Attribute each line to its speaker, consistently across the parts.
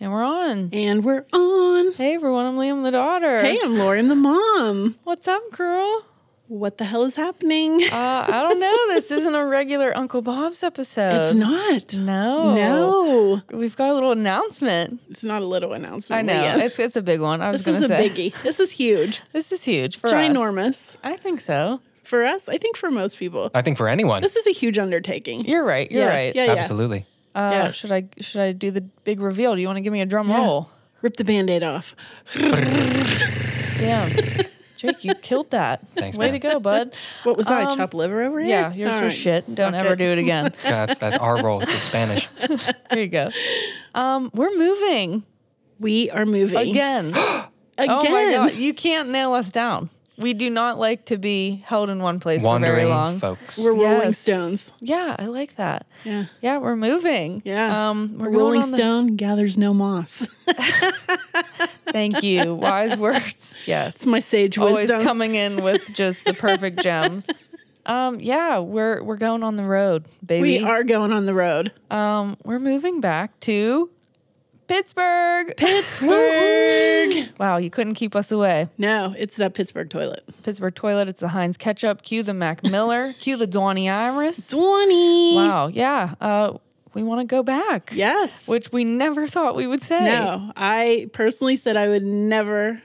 Speaker 1: And we're on.
Speaker 2: And we're on.
Speaker 1: Hey everyone, I'm Liam the daughter.
Speaker 2: Hey, I'm Lori, I'm the mom.
Speaker 1: What's up, girl?
Speaker 2: What the hell is happening?
Speaker 1: Uh, I don't know. this isn't a regular Uncle Bob's episode.
Speaker 2: it's not.
Speaker 1: No.
Speaker 2: No.
Speaker 1: We've got a little announcement.
Speaker 2: It's not a little announcement.
Speaker 1: I know.
Speaker 2: Leah.
Speaker 1: It's it's a big one. I was
Speaker 2: Oh, this is
Speaker 1: gonna
Speaker 2: a
Speaker 1: say
Speaker 2: biggie. This is huge.
Speaker 1: this is huge for us.
Speaker 2: Ginormous.
Speaker 1: I think so.
Speaker 2: For us, I think for most people.
Speaker 3: I think for anyone.
Speaker 2: This is a huge undertaking.
Speaker 1: You're right. You're
Speaker 2: yeah,
Speaker 1: right.
Speaker 2: Yeah, yeah.
Speaker 3: Absolutely.
Speaker 1: Uh,
Speaker 2: Yeah.
Speaker 1: Should I should I do the big reveal? Do you want to give me a drum
Speaker 2: Yeah.
Speaker 1: roll?
Speaker 2: Rip the band aid off.
Speaker 1: Damn, Jake, you killed that.
Speaker 3: Thanks,
Speaker 1: Way
Speaker 3: man.
Speaker 1: to go, bud.
Speaker 2: What was I?
Speaker 1: Um,
Speaker 2: Chop liver over here?
Speaker 1: Yeah, you're
Speaker 2: All
Speaker 1: for
Speaker 2: right,
Speaker 1: shit. Don't
Speaker 2: suck
Speaker 1: ever
Speaker 2: it.
Speaker 1: do it again.
Speaker 3: That's, that's our role. It's in Spanish.
Speaker 1: There you go. Um, we're moving
Speaker 2: We are moving.
Speaker 1: again.
Speaker 2: Again.
Speaker 1: Oh my god, you can't nail us down. We do not like to be held in one place for very long.
Speaker 3: Wandering folks.
Speaker 2: We're Rolling
Speaker 1: Yes.
Speaker 2: Stones.
Speaker 1: Yeah, I like that.
Speaker 2: Yeah.
Speaker 1: Yeah, we're moving.
Speaker 2: Yeah.
Speaker 1: Um, we're
Speaker 2: A
Speaker 1: going
Speaker 2: Rolling
Speaker 1: on the-
Speaker 2: Stone gathers no moss.
Speaker 1: Thank you. Wise words. Yes.
Speaker 2: My sage wisdom.
Speaker 1: always coming in with just the perfect gems. Um, yeah, we're we're going on the road, baby.
Speaker 2: we are going on the road.
Speaker 1: Um, we're moving back to Pittsburgh.
Speaker 2: Pittsburgh.
Speaker 1: wow, you couldn't keep us away.
Speaker 2: no, it's that Pittsburgh toilet.
Speaker 1: Pittsburgh toilet. It's the Heinz ketchup. Cue the Mac Miller. Cue the Dawny Iris.
Speaker 2: 20.
Speaker 1: Wow. Yeah. Uh, we want to go back.
Speaker 2: Yes.
Speaker 1: Which we never thought we would say.
Speaker 2: no, I personally said I would never,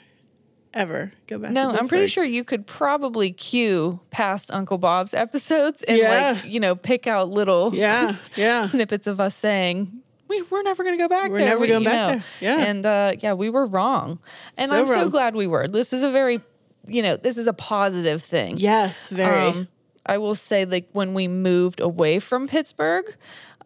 Speaker 2: ever go back.
Speaker 1: No,
Speaker 2: to
Speaker 1: I'm pretty sure
Speaker 2: Pittsburgh.
Speaker 1: you could probably cue past Uncle Bob's episodes and
Speaker 2: Yeah.
Speaker 1: like, you know, pick out little
Speaker 2: Yeah, yeah.
Speaker 1: snippets of us saying, we, we're never going to go back
Speaker 2: We're
Speaker 1: there.
Speaker 2: never
Speaker 1: We-
Speaker 2: going
Speaker 1: you
Speaker 2: back
Speaker 1: know.
Speaker 2: there. Yeah.
Speaker 1: And uh, yeah, we were wrong. And
Speaker 2: So
Speaker 1: I'm so
Speaker 2: wrong.
Speaker 1: glad we were. This is a very, you know, this is a positive thing.
Speaker 2: yes, very.
Speaker 1: Um, I will say, like, when we moved away from Pittsburgh,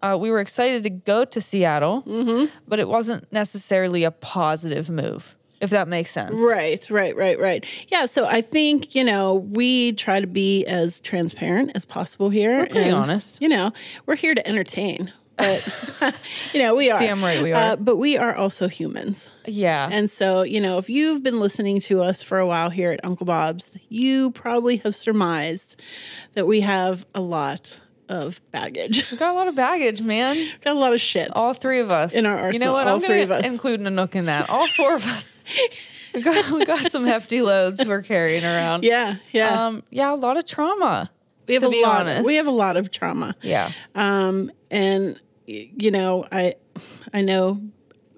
Speaker 1: uh, we were excited to go to Seattle,
Speaker 2: Mm-hmm.
Speaker 1: but it wasn't necessarily a positive move, if that makes sense.
Speaker 2: right, right, right, right. Yeah. So I think you know we try to be as transparent as possible here. We're
Speaker 1: pretty honest.
Speaker 2: You know, we're here to entertain, but you know we are.
Speaker 1: Damn right we
Speaker 2: Uh,
Speaker 1: are.
Speaker 2: but we are also humans.
Speaker 1: Yeah.
Speaker 2: And so, you know, if you've been listening to us for a while here at Uncle Bob's, you probably have surmised that we have a lot of baggage.
Speaker 1: We've got a lot of baggage, man.
Speaker 2: Got a lot of shit.
Speaker 1: All three of us.
Speaker 2: In our
Speaker 1: You know
Speaker 2: arsenal,
Speaker 1: what?
Speaker 2: all
Speaker 1: I'm
Speaker 2: three
Speaker 1: going
Speaker 2: of us.
Speaker 1: to include Nanook in that. All four of us. We got, we got some hefty loads we're carrying around.
Speaker 2: yeah, yeah.
Speaker 1: Um, yeah, a lot of trauma.
Speaker 2: we have
Speaker 1: to
Speaker 2: a
Speaker 1: be
Speaker 2: lot.
Speaker 1: honest.
Speaker 2: We have a lot of trauma.
Speaker 1: Yeah.
Speaker 2: Um, and y- you know, I, I know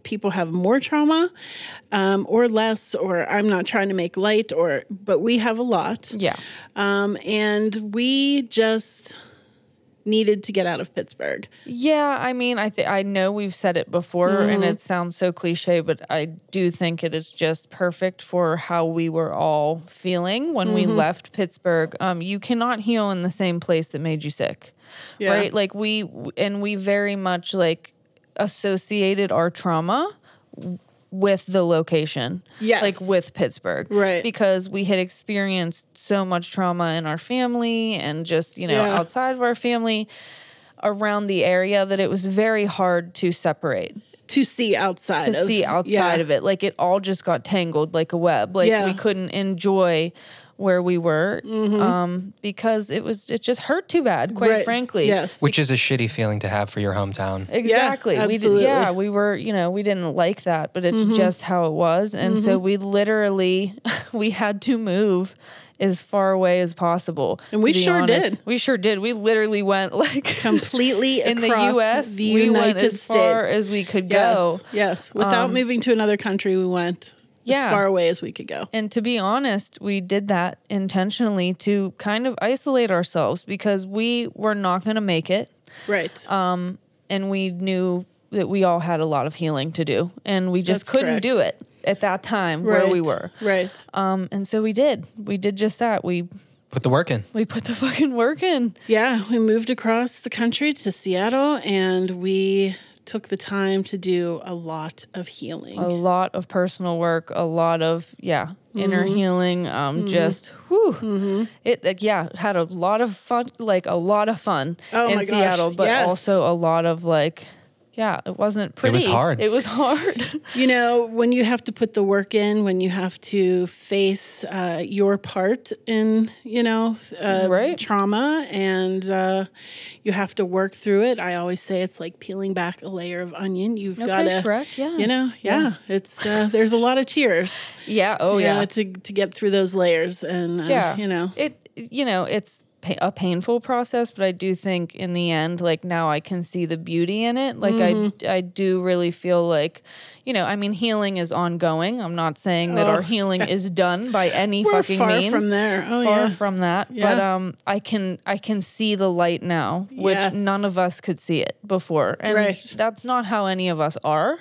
Speaker 2: people have more trauma, um, or less, or I'm not trying to make light, or but we have a lot.
Speaker 1: Yeah.
Speaker 2: Um, and we just needed to get out of Pittsburgh.
Speaker 1: Yeah, I mean, I th- I know we've said it before, and
Speaker 2: Mm-hmm.
Speaker 1: it sounds so cliche, but I do think it is just perfect for how we were all feeling when we
Speaker 2: Mm-hmm.
Speaker 1: left Pittsburgh. Um, you cannot heal in the same place that made you sick,
Speaker 2: Yeah.
Speaker 1: right? Like we and we very much like associated our trauma w- with the location,
Speaker 2: Yes.
Speaker 1: like with Pittsburgh,
Speaker 2: Right.
Speaker 1: Because we had experienced so much trauma in our family and just you know
Speaker 2: Yeah.
Speaker 1: outside of our family around the area that it was very hard to separate
Speaker 2: to see outside
Speaker 1: to
Speaker 2: of,
Speaker 1: see outside of it like it all just got tangled like a web like
Speaker 2: Yeah. Mm-hmm.
Speaker 1: we couldn't enjoy where we were um, because it was it just hurt too bad quite frankly
Speaker 2: yes
Speaker 3: Which is a shitty feeling to have for your hometown.
Speaker 1: Exactly. we did,
Speaker 2: absolutely. Mm-hmm.
Speaker 1: yeah, we were, you know, we didn't like that, but it's just how it was. And so we literally we had to move as far away as possible.
Speaker 2: And
Speaker 1: to
Speaker 2: we
Speaker 1: be
Speaker 2: sure
Speaker 1: honest.
Speaker 2: did.
Speaker 1: We sure did. We literally went like
Speaker 2: completely
Speaker 1: in the
Speaker 2: across
Speaker 1: US,
Speaker 2: the
Speaker 1: we
Speaker 2: United
Speaker 1: went as
Speaker 2: States.
Speaker 1: far as we could
Speaker 2: yes,
Speaker 1: go. Um,
Speaker 2: yes without moving to another country we went
Speaker 1: Yeah.
Speaker 2: as far away as we could go
Speaker 1: And to be honest, we did that intentionally to kind of isolate ourselves because we were not going to make it.
Speaker 2: right
Speaker 1: Um, and we knew that we all had a lot of healing to do and we just
Speaker 2: That's
Speaker 1: couldn't
Speaker 2: correct.
Speaker 1: do it at that time
Speaker 2: right.
Speaker 1: where we were
Speaker 2: right
Speaker 1: um, and so we did we did just that we
Speaker 3: Put the work in.
Speaker 1: We put the fucking work in.
Speaker 2: Yeah, we moved across the country to Seattle and we took the time to do a lot of healing.
Speaker 1: A lot of personal work, a lot of yeah, inner
Speaker 2: Mm-hmm.
Speaker 1: healing. Um, just whew. It like yeah, had a lot of fun, like a lot of fun
Speaker 2: Oh
Speaker 1: in
Speaker 2: my gosh,
Speaker 1: Seattle, but
Speaker 2: yes.
Speaker 1: also a lot of like yeah, it wasn't
Speaker 3: It
Speaker 1: pretty.
Speaker 3: was hard.
Speaker 1: It was hard.
Speaker 2: You know, when you have to put the work in, when you have to face uh, your part in, you know, th- uh,
Speaker 1: Right.
Speaker 2: trauma and uh, you have to work through it. I always say it's like peeling back a layer of onion. You've
Speaker 1: Okay,
Speaker 2: got to,
Speaker 1: Shrek,
Speaker 2: you know,
Speaker 1: yes.
Speaker 2: yeah, it's, uh, there's a lot of cheers.
Speaker 1: yeah. Oh
Speaker 2: you know,
Speaker 1: yeah.
Speaker 2: to, to get through those layers and, uh,
Speaker 1: yeah
Speaker 2: you know,
Speaker 1: it you know it's pa- a painful process but i do think in the end like now i can see the beauty in it like
Speaker 2: Mm-hmm.
Speaker 1: i i do really feel like you know i mean healing is ongoing i'm not saying that
Speaker 2: Oh.
Speaker 1: our healing is done by any
Speaker 2: We're
Speaker 1: fucking
Speaker 2: far
Speaker 1: means
Speaker 2: from there. Oh,
Speaker 1: far
Speaker 2: yeah.
Speaker 1: from that but
Speaker 2: Yeah.
Speaker 1: um i can i can see the light now which
Speaker 2: Yes.
Speaker 1: none of us could see it before and
Speaker 2: Right.
Speaker 1: that's not how any of us are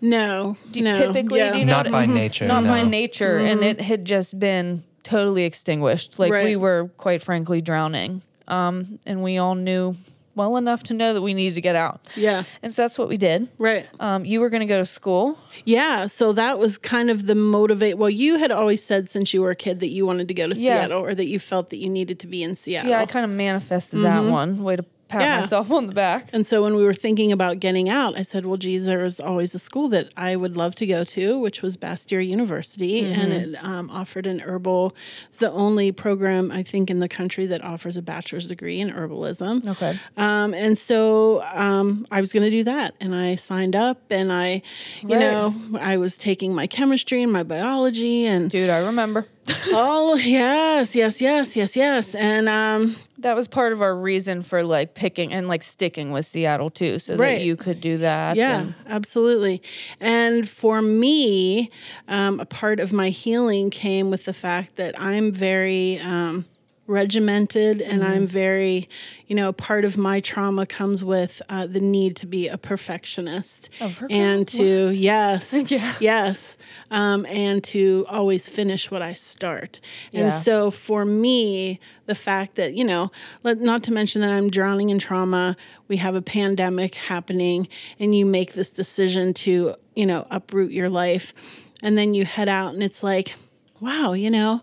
Speaker 2: no,
Speaker 1: do-
Speaker 2: no,
Speaker 1: typically
Speaker 2: yeah. Mm-hmm.
Speaker 1: do you know
Speaker 3: Not
Speaker 1: what
Speaker 3: by
Speaker 1: I mean?
Speaker 3: nature,
Speaker 1: not by
Speaker 3: no.
Speaker 1: nature and it had just been totally extinguished like we
Speaker 2: Right.
Speaker 1: were quite frankly drowning um, and we all knew well enough to know that we needed to get out
Speaker 2: Yeah.
Speaker 1: and so that's what we did
Speaker 2: Right.
Speaker 1: um, you were going to go to school
Speaker 2: Yeah, so that was kind of the motivate. Well, you had always said since you were a kid that you wanted to go to
Speaker 1: Yeah.
Speaker 2: Seattle or that you felt that you needed to be in Seattle.
Speaker 1: yeah i kind of manifested that one way to pat
Speaker 2: Mm-hmm. Yeah.
Speaker 1: myself on the back
Speaker 2: and so when we were thinking about getting out, I said, "Well, geez, there was always a school that I would love to go to, which was Bastyr University,
Speaker 1: Mm-hmm.
Speaker 2: and it um, offered an herbal. It's the only program I think in the country that offers a bachelor's degree in herbalism.
Speaker 1: okay
Speaker 2: Um, and so um, I was going to do that, and I signed up, and I, you
Speaker 1: Right.
Speaker 2: know, I was taking my chemistry and my biology, and
Speaker 1: dude i remember
Speaker 2: all Oh, yes, yes, yes, yes, yes, and um,
Speaker 1: that was part of our reason for like picking and like sticking with seattle too so
Speaker 2: Right.
Speaker 1: that you could do that
Speaker 2: yeah,
Speaker 1: and-
Speaker 2: absolutely. And for me, um, a part of my healing came with the fact that I'm very. Um, regimented and
Speaker 1: Mm-hmm.
Speaker 2: i'm very you know part of my trauma comes with uh, the need to be a perfectionist
Speaker 1: Of her
Speaker 2: and to yes
Speaker 1: Yeah.
Speaker 2: yes um, and to always finish what i start and
Speaker 1: Yeah.
Speaker 2: so for me the fact that you know let, not to mention that i'm drowning in trauma we have a pandemic happening and you make this decision to you know uproot your life and then you head out and it's like wow you know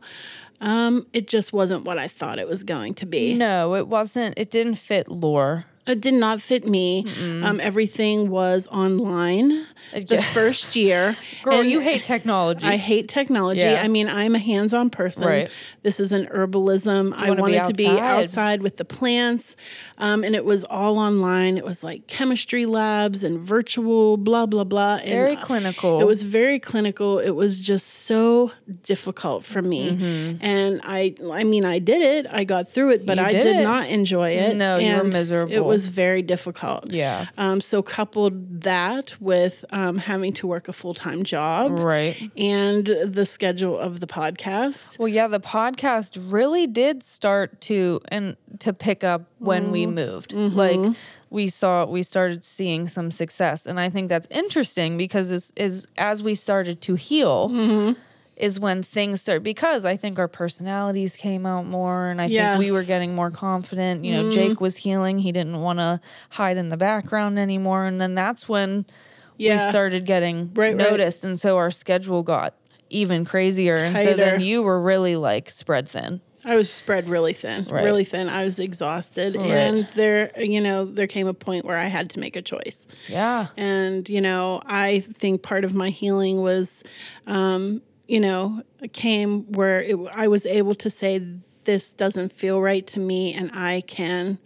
Speaker 2: um, it just wasn't what i thought it was going to be
Speaker 1: no it wasn't it didn't fit lore
Speaker 2: it did not fit me. Um, everything was online
Speaker 1: Uh,
Speaker 2: the
Speaker 1: yeah.
Speaker 2: first year.
Speaker 1: Girl,
Speaker 2: And
Speaker 1: you hate technology.
Speaker 2: I hate technology.
Speaker 1: Yeah.
Speaker 2: I mean, I'm a hands-on person.
Speaker 1: Right.
Speaker 2: This is an herbalism. I
Speaker 1: wanna be
Speaker 2: wanted to be
Speaker 1: outside.
Speaker 2: outside with the plants, um, and it was all online. It was like chemistry labs and virtual, blah blah blah. And
Speaker 1: Very
Speaker 2: uh,
Speaker 1: clinical.
Speaker 2: It was very clinical. It was just so difficult for me, and I, I mean, I did it. I got through it, but
Speaker 1: Mm-hmm. You
Speaker 2: I
Speaker 1: did
Speaker 2: did,
Speaker 1: it.
Speaker 2: not enjoy it.
Speaker 1: No, you were
Speaker 2: and It
Speaker 1: miserable.
Speaker 2: was very difficult.
Speaker 1: Yeah.
Speaker 2: Um, so coupled that with um, having to work a full time job,
Speaker 1: Right.
Speaker 2: and the schedule of the podcast.
Speaker 1: Well, yeah, the podcast really did start to and to pick up when we
Speaker 2: Mm-hmm.
Speaker 1: moved. Like we saw we started seeing some success. And I think that's interesting because is is as we started to heal
Speaker 2: Mm-hmm.
Speaker 1: is when things start because I think our personalities came out more and I think we were
Speaker 2: Yes. Mm-hmm.
Speaker 1: getting more confident. You know, Jake was healing. He didn't want to hide in the background anymore. And then that's when we
Speaker 2: Yeah.
Speaker 1: started getting
Speaker 2: Right, right.
Speaker 1: noticed. And so our schedule got even crazier. And so then
Speaker 2: Tighter.
Speaker 1: you were really like spread thin.
Speaker 2: I was spread really thin,
Speaker 1: Right.
Speaker 2: really thin. I was exhausted, and there, you know, there came a point where I had to make a choice.
Speaker 1: Yeah.
Speaker 2: And you know, I think part of my healing was, um, you know, came where it, I was able to say this doesn't feel right to me, and I can.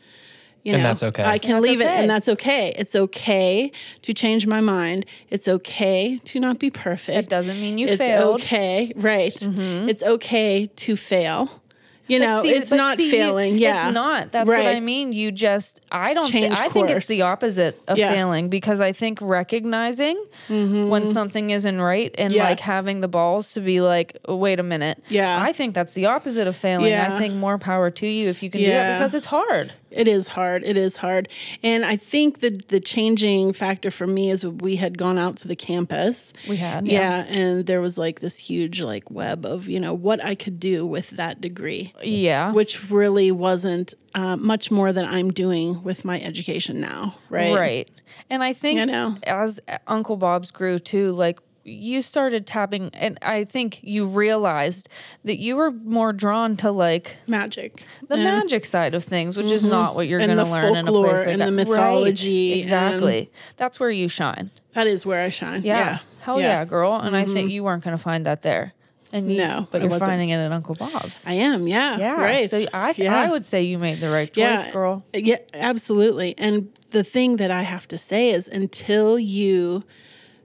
Speaker 2: You know,
Speaker 3: And that's okay.
Speaker 2: I can
Speaker 1: That's
Speaker 2: leave it,
Speaker 1: okay.
Speaker 2: and that's okay. It's okay to change my mind. It's okay to not be perfect.
Speaker 1: It doesn't mean you
Speaker 2: it's
Speaker 1: failed. Mm-hmm.
Speaker 2: okay, right? It's okay to fail. You
Speaker 1: But
Speaker 2: know,
Speaker 1: see-
Speaker 2: it's
Speaker 1: but
Speaker 2: not
Speaker 1: see,
Speaker 2: failing. Yeah,
Speaker 1: It's not. That's what I
Speaker 2: Right.
Speaker 1: mean. You just, I don't, thi-
Speaker 2: Change
Speaker 1: I think it's
Speaker 2: course.
Speaker 1: the opposite of
Speaker 2: Yeah. Mm-hmm.
Speaker 1: failing because I think recognizing when something isn't right and like
Speaker 2: Yes.
Speaker 1: having the balls to be like, "Oh, wait a minute.
Speaker 2: Yeah.
Speaker 1: I think that's the opposite of failing. I
Speaker 2: Yeah.
Speaker 1: think more power to you if you can do that
Speaker 2: Yeah.
Speaker 1: because it's hard.
Speaker 2: It is hard. It is hard. And I think the the changing factor for me is we had gone out to the campus.
Speaker 1: We had,
Speaker 2: Yeah, and there was like this huge like web of, you know, what I could do with that degree,
Speaker 1: Yeah.
Speaker 2: which really wasn't uh, much more than I'm doing with my education now, right?
Speaker 1: Right. And I think
Speaker 2: You know.
Speaker 1: as Uncle Bob's grew too, like you started tapping, and I think you realized that you were more drawn to like
Speaker 2: Magic.
Speaker 1: the
Speaker 2: Yeah. Mm-hmm.
Speaker 1: magic side of things, which is not what you're
Speaker 2: And
Speaker 1: going to
Speaker 2: the
Speaker 1: learn in a
Speaker 2: folklore
Speaker 1: place like
Speaker 2: and
Speaker 1: that.
Speaker 2: the
Speaker 1: Right.
Speaker 2: mythology and-
Speaker 1: Exactly. That's where you shine.
Speaker 2: That is where I shine.
Speaker 1: Yeah.
Speaker 2: Yeah. Mm-hmm.
Speaker 1: Hell yeah, girl. And I think you weren't going to find that there. And you-
Speaker 2: No,
Speaker 1: but
Speaker 2: I
Speaker 1: you're
Speaker 2: wasn't.
Speaker 1: finding it at Uncle Bob's.
Speaker 2: I am. Yeah.
Speaker 1: yeah.
Speaker 2: Right.
Speaker 1: So I
Speaker 2: Yeah.
Speaker 1: I would say you made the right choice,
Speaker 2: yeah,
Speaker 1: girl.
Speaker 2: Yeah, absolutely. And the thing that I have to say is until you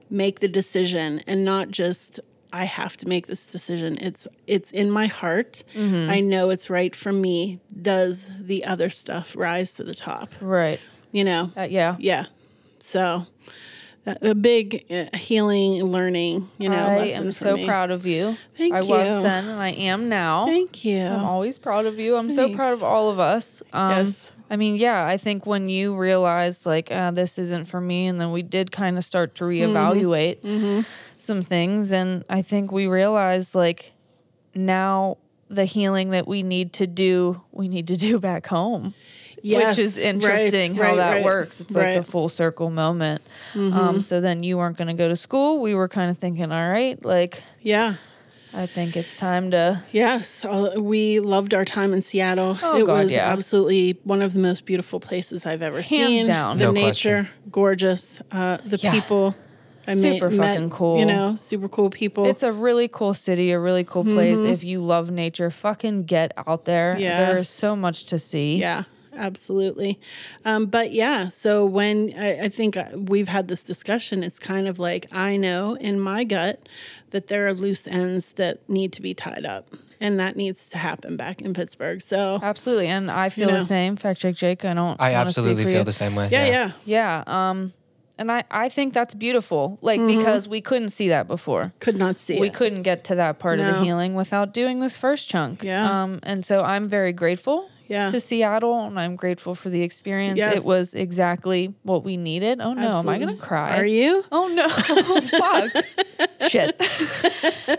Speaker 2: make the decision and not just I have to make this decision. It's it's in my heart.
Speaker 1: Mm-hmm.
Speaker 2: I know it's right for me. Does the other stuff rise to the top?
Speaker 1: Right.
Speaker 2: You know.
Speaker 1: Uh, yeah.
Speaker 2: yeah. So a- a big uh, healing, learning, you know,
Speaker 1: I
Speaker 2: lesson
Speaker 1: am
Speaker 2: for
Speaker 1: so
Speaker 2: me.
Speaker 1: proud of you.
Speaker 2: Thank
Speaker 1: I was
Speaker 2: you.
Speaker 1: then and I am now.
Speaker 2: Thank you.
Speaker 1: I'm always proud of you. I'm so proud of all of us. Um,
Speaker 2: Yes.
Speaker 1: I mean, yeah, I think when you realized like uh, this isn't for me, and then we did kind of start to
Speaker 2: Mm-hmm.
Speaker 1: reevaluate some things, and I think we realized like now the healing that we need to do, we need to do back home.
Speaker 2: Yes,
Speaker 1: Which is
Speaker 2: right,
Speaker 1: interesting how
Speaker 2: right,
Speaker 1: that
Speaker 2: right,
Speaker 1: works. It's like
Speaker 2: right. Mm-hmm.
Speaker 1: a full circle moment. Um, so then you weren't going to go to school. We were kind of thinking, all right, like
Speaker 2: Yeah.
Speaker 1: I think it's time to
Speaker 2: Yes, all- we loved our time in Seattle.
Speaker 1: Oh,
Speaker 2: it
Speaker 1: God,
Speaker 2: was
Speaker 1: yeah.
Speaker 2: absolutely one one of the most beautiful places I've ever seen.
Speaker 1: down.
Speaker 2: The
Speaker 3: No
Speaker 2: nature, gorgeous. Uh, the
Speaker 1: Yeah.
Speaker 2: people,
Speaker 1: Super fucking cool.
Speaker 2: You know, super cool people.
Speaker 1: It's a really cool city, a really cool place. If you love nature, fucking get out there. There's
Speaker 2: Yes.
Speaker 1: so much to see.
Speaker 2: yeah, absolutely. Um, but yeah, so when I, I think uh, we've had this discussion, it's kind of like I know in my gut that there are loose ends that need to be tied up, and that needs to happen back in Pittsburgh. So
Speaker 1: Absolutely. And I feel
Speaker 2: know.
Speaker 1: the same. Fact check, Jake. I don't.
Speaker 3: I
Speaker 1: wanna
Speaker 3: absolutely
Speaker 1: speak for
Speaker 3: feel
Speaker 1: you.
Speaker 3: the same way.
Speaker 2: yeah, yeah,
Speaker 1: Yeah. Um, and I, I think that's beautiful. Like,
Speaker 2: Mm-hmm.
Speaker 1: because we couldn't see that before.
Speaker 2: could not see
Speaker 1: We
Speaker 2: it.
Speaker 1: couldn't get to that part of the
Speaker 2: No.
Speaker 1: healing without doing this first chunk.
Speaker 2: Yeah.
Speaker 1: Um, and so I'm very grateful
Speaker 2: Yeah.
Speaker 1: to Seattle and I'm grateful for the experience. It
Speaker 2: Yes.
Speaker 1: was exactly what we needed. Oh no, am I
Speaker 2: Absolutely.
Speaker 1: gonna cry?
Speaker 2: Are you?
Speaker 1: Oh no! Fuck! Shit.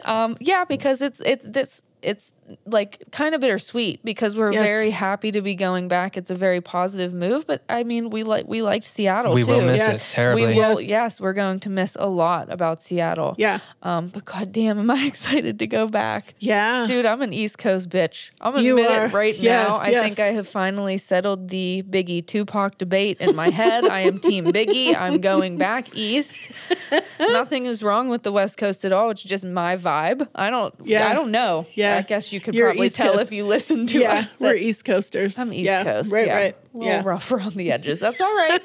Speaker 1: um, yeah, because it's it's this it's like kind of bittersweet because we're
Speaker 2: Yes.
Speaker 1: very happy to be going back. It's a very positive move, but I mean, we like we liked Seattle.
Speaker 3: We
Speaker 1: too.
Speaker 3: will miss
Speaker 2: Yes.
Speaker 3: it terribly.
Speaker 1: We will. Yes.
Speaker 2: Yes.
Speaker 1: we're going to miss a lot about Seattle.
Speaker 2: Yeah.
Speaker 1: Um, but goddamn, am I excited to go back?
Speaker 2: Yeah.
Speaker 1: Dude, I'm an East Coast bitch. I'm gonna
Speaker 2: You
Speaker 1: admit
Speaker 2: are.
Speaker 1: it right
Speaker 2: Yes,
Speaker 1: now. I
Speaker 2: yes.
Speaker 1: think I have finally settled the Biggie Tupac debate in my head. I am Team Biggie. I'm going back east. Nothing is wrong with the West Coast at all. It's just my vibe. I don't. Yeah.
Speaker 2: Yeah.
Speaker 1: I don't know.
Speaker 2: Yeah.
Speaker 1: I guess you could
Speaker 2: You're
Speaker 1: probably
Speaker 2: East
Speaker 1: tell
Speaker 2: Coast.
Speaker 1: if you listen to
Speaker 2: yeah,
Speaker 1: us.
Speaker 2: we're
Speaker 1: that
Speaker 2: East Coasters.
Speaker 1: I'm East
Speaker 2: yeah,
Speaker 1: Coast.
Speaker 2: Right,
Speaker 1: yeah.
Speaker 2: right.
Speaker 1: A little
Speaker 2: Yeah.
Speaker 1: rough around the edges. That's all right.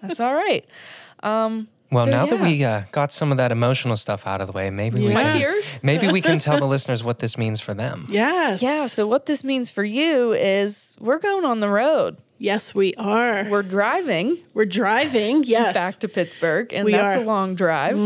Speaker 1: That's all right.
Speaker 3: well,
Speaker 1: so,
Speaker 3: now that
Speaker 1: yeah.
Speaker 3: we uh, got some of that emotional stuff out of the way, maybe we
Speaker 2: My
Speaker 3: can,
Speaker 1: tears?
Speaker 3: maybe we can tell the listeners what this means for them.
Speaker 2: Yes.
Speaker 1: Yeah. So what this means for you is we're going on the road.
Speaker 2: Yes, we are. We're,
Speaker 1: We're driving.
Speaker 2: driving. Yes.
Speaker 1: back to Pittsburgh, and
Speaker 2: We
Speaker 1: that's a
Speaker 2: are. Mm-hmm.
Speaker 1: long drive.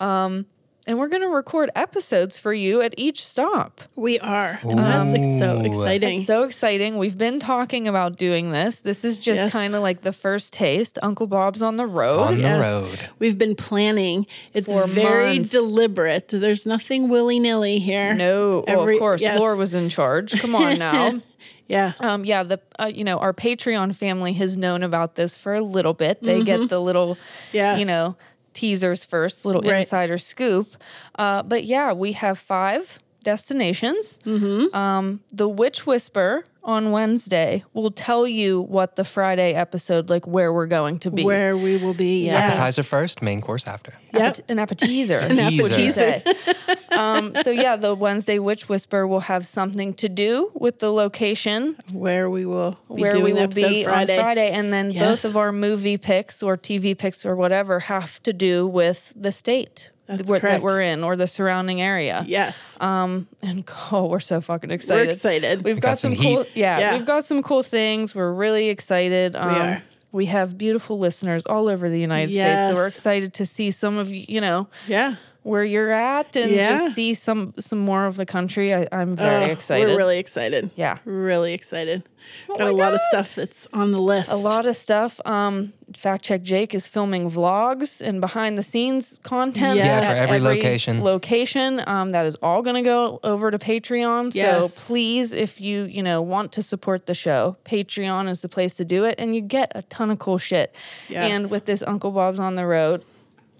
Speaker 1: Um, and we're going to record episodes for you at each stop.
Speaker 2: we are. And that's like so
Speaker 3: Ooh.
Speaker 2: exciting.
Speaker 1: It's so exciting. We've been talking about doing this. This is just
Speaker 2: Yes.
Speaker 1: kind of like the first taste. Uncle Bob's on the road.
Speaker 3: On the
Speaker 2: Yes.
Speaker 3: road.
Speaker 2: We've been planning. It's
Speaker 1: For
Speaker 2: very
Speaker 1: months.
Speaker 2: deliberate. There's nothing willy nilly here.
Speaker 1: no, well,
Speaker 2: Every-
Speaker 1: of course,
Speaker 2: yes.
Speaker 1: Laura was in charge. Come on now.
Speaker 2: Yeah.
Speaker 1: Um, yeah, the uh, you know our Patreon family has known about this for a little bit. They get the little,
Speaker 2: Mm-hmm. Yes.
Speaker 1: you know, teasers first, little
Speaker 2: Right.
Speaker 1: insider scoop. Uh, but yeah, we have five destinations.
Speaker 2: Mm-hmm.
Speaker 1: Um, the Witch Whisper on Wednesday will tell you what the Friday episode, like where we're going to be.
Speaker 2: Where we will be. Yes.
Speaker 3: Appetizer first, main course after.
Speaker 2: Yep.
Speaker 1: Appet- an appetizer.
Speaker 3: An
Speaker 1: would you
Speaker 3: appetizer.
Speaker 1: say. um, so yeah, the Wednesday Witch Whisper will have something to do with the location
Speaker 2: Where we will be
Speaker 1: where
Speaker 2: doing
Speaker 1: we
Speaker 2: the
Speaker 1: will
Speaker 2: episode
Speaker 1: be
Speaker 2: Friday.
Speaker 1: on Friday, and then
Speaker 2: Yes.
Speaker 1: both of our movie picks or TV picks or whatever have to do with the state
Speaker 2: That's
Speaker 1: where- that
Speaker 2: correct.
Speaker 1: we're in or the surrounding area.
Speaker 2: Yes.
Speaker 1: Um, and oh, we're so fucking excited.
Speaker 2: excited.
Speaker 1: We've
Speaker 2: We
Speaker 1: got,
Speaker 3: got
Speaker 1: some,
Speaker 3: some
Speaker 1: cool,
Speaker 3: heat.
Speaker 1: yeah,
Speaker 2: Yeah.
Speaker 1: We've got some cool things. We're really excited. Um,
Speaker 2: are.
Speaker 1: we have beautiful listeners all over the United States, so we're
Speaker 2: Yes.
Speaker 1: excited to see some of you. You know,
Speaker 2: yeah.
Speaker 1: where you're at and
Speaker 2: Yeah.
Speaker 1: just see some some more of the country. I, I'm very
Speaker 2: Oh,
Speaker 1: excited.
Speaker 2: We're really excited.
Speaker 1: Yeah.
Speaker 2: Really excited. Got
Speaker 1: Oh my
Speaker 2: a lot of
Speaker 1: God.
Speaker 2: stuff that's on the list.
Speaker 1: a lot of stuff. Um, Fact Check Jake is filming vlogs and behind the scenes content.
Speaker 2: Yeah, for
Speaker 1: at
Speaker 3: every location.
Speaker 1: Location. Um, that is all going to go over to Patreon.
Speaker 2: Yes.
Speaker 1: So please, if you you know want to support the show, Patreon is the place to do it, and you get a ton of cool shit.
Speaker 2: Yes.
Speaker 1: And with this Uncle Bob's on the road,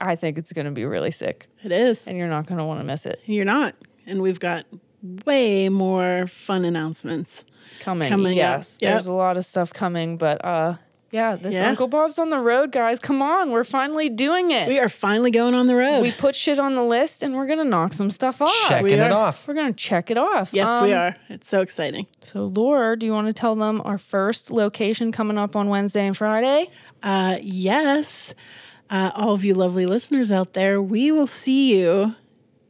Speaker 1: I think it's going to be really sick,
Speaker 2: It is.
Speaker 1: and you're not going to want to miss it
Speaker 2: You're not. And we've got way more fun announcements.
Speaker 1: coming.
Speaker 2: Coming up.
Speaker 1: yes,
Speaker 2: Yep.
Speaker 1: there's a lot of stuff coming, but uh. Yeah, this
Speaker 2: Yeah.
Speaker 1: Uncle Bob's on the road, guys. Come on, we're finally doing it.
Speaker 2: We are finally going on the road.
Speaker 1: we put shit on the list and we're gonna knock some stuff off.
Speaker 3: Checking
Speaker 2: we
Speaker 3: it
Speaker 2: are.
Speaker 3: off.
Speaker 1: We're gonna check it off.
Speaker 2: yes, we
Speaker 1: Um,
Speaker 2: are. It's so exciting.
Speaker 1: So, Laura, do you want to tell them our first location coming up on Wednesday and Friday?
Speaker 2: Uh, yes, uh, all of you lovely listeners out there, we will see you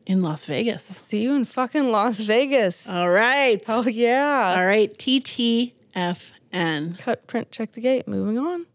Speaker 2: in Las Vegas.
Speaker 1: See you in fucking Las Vegas.
Speaker 2: All right.
Speaker 1: oh yeah.
Speaker 2: All right. TTFN.
Speaker 1: Cut, print, check the gate. Moving on.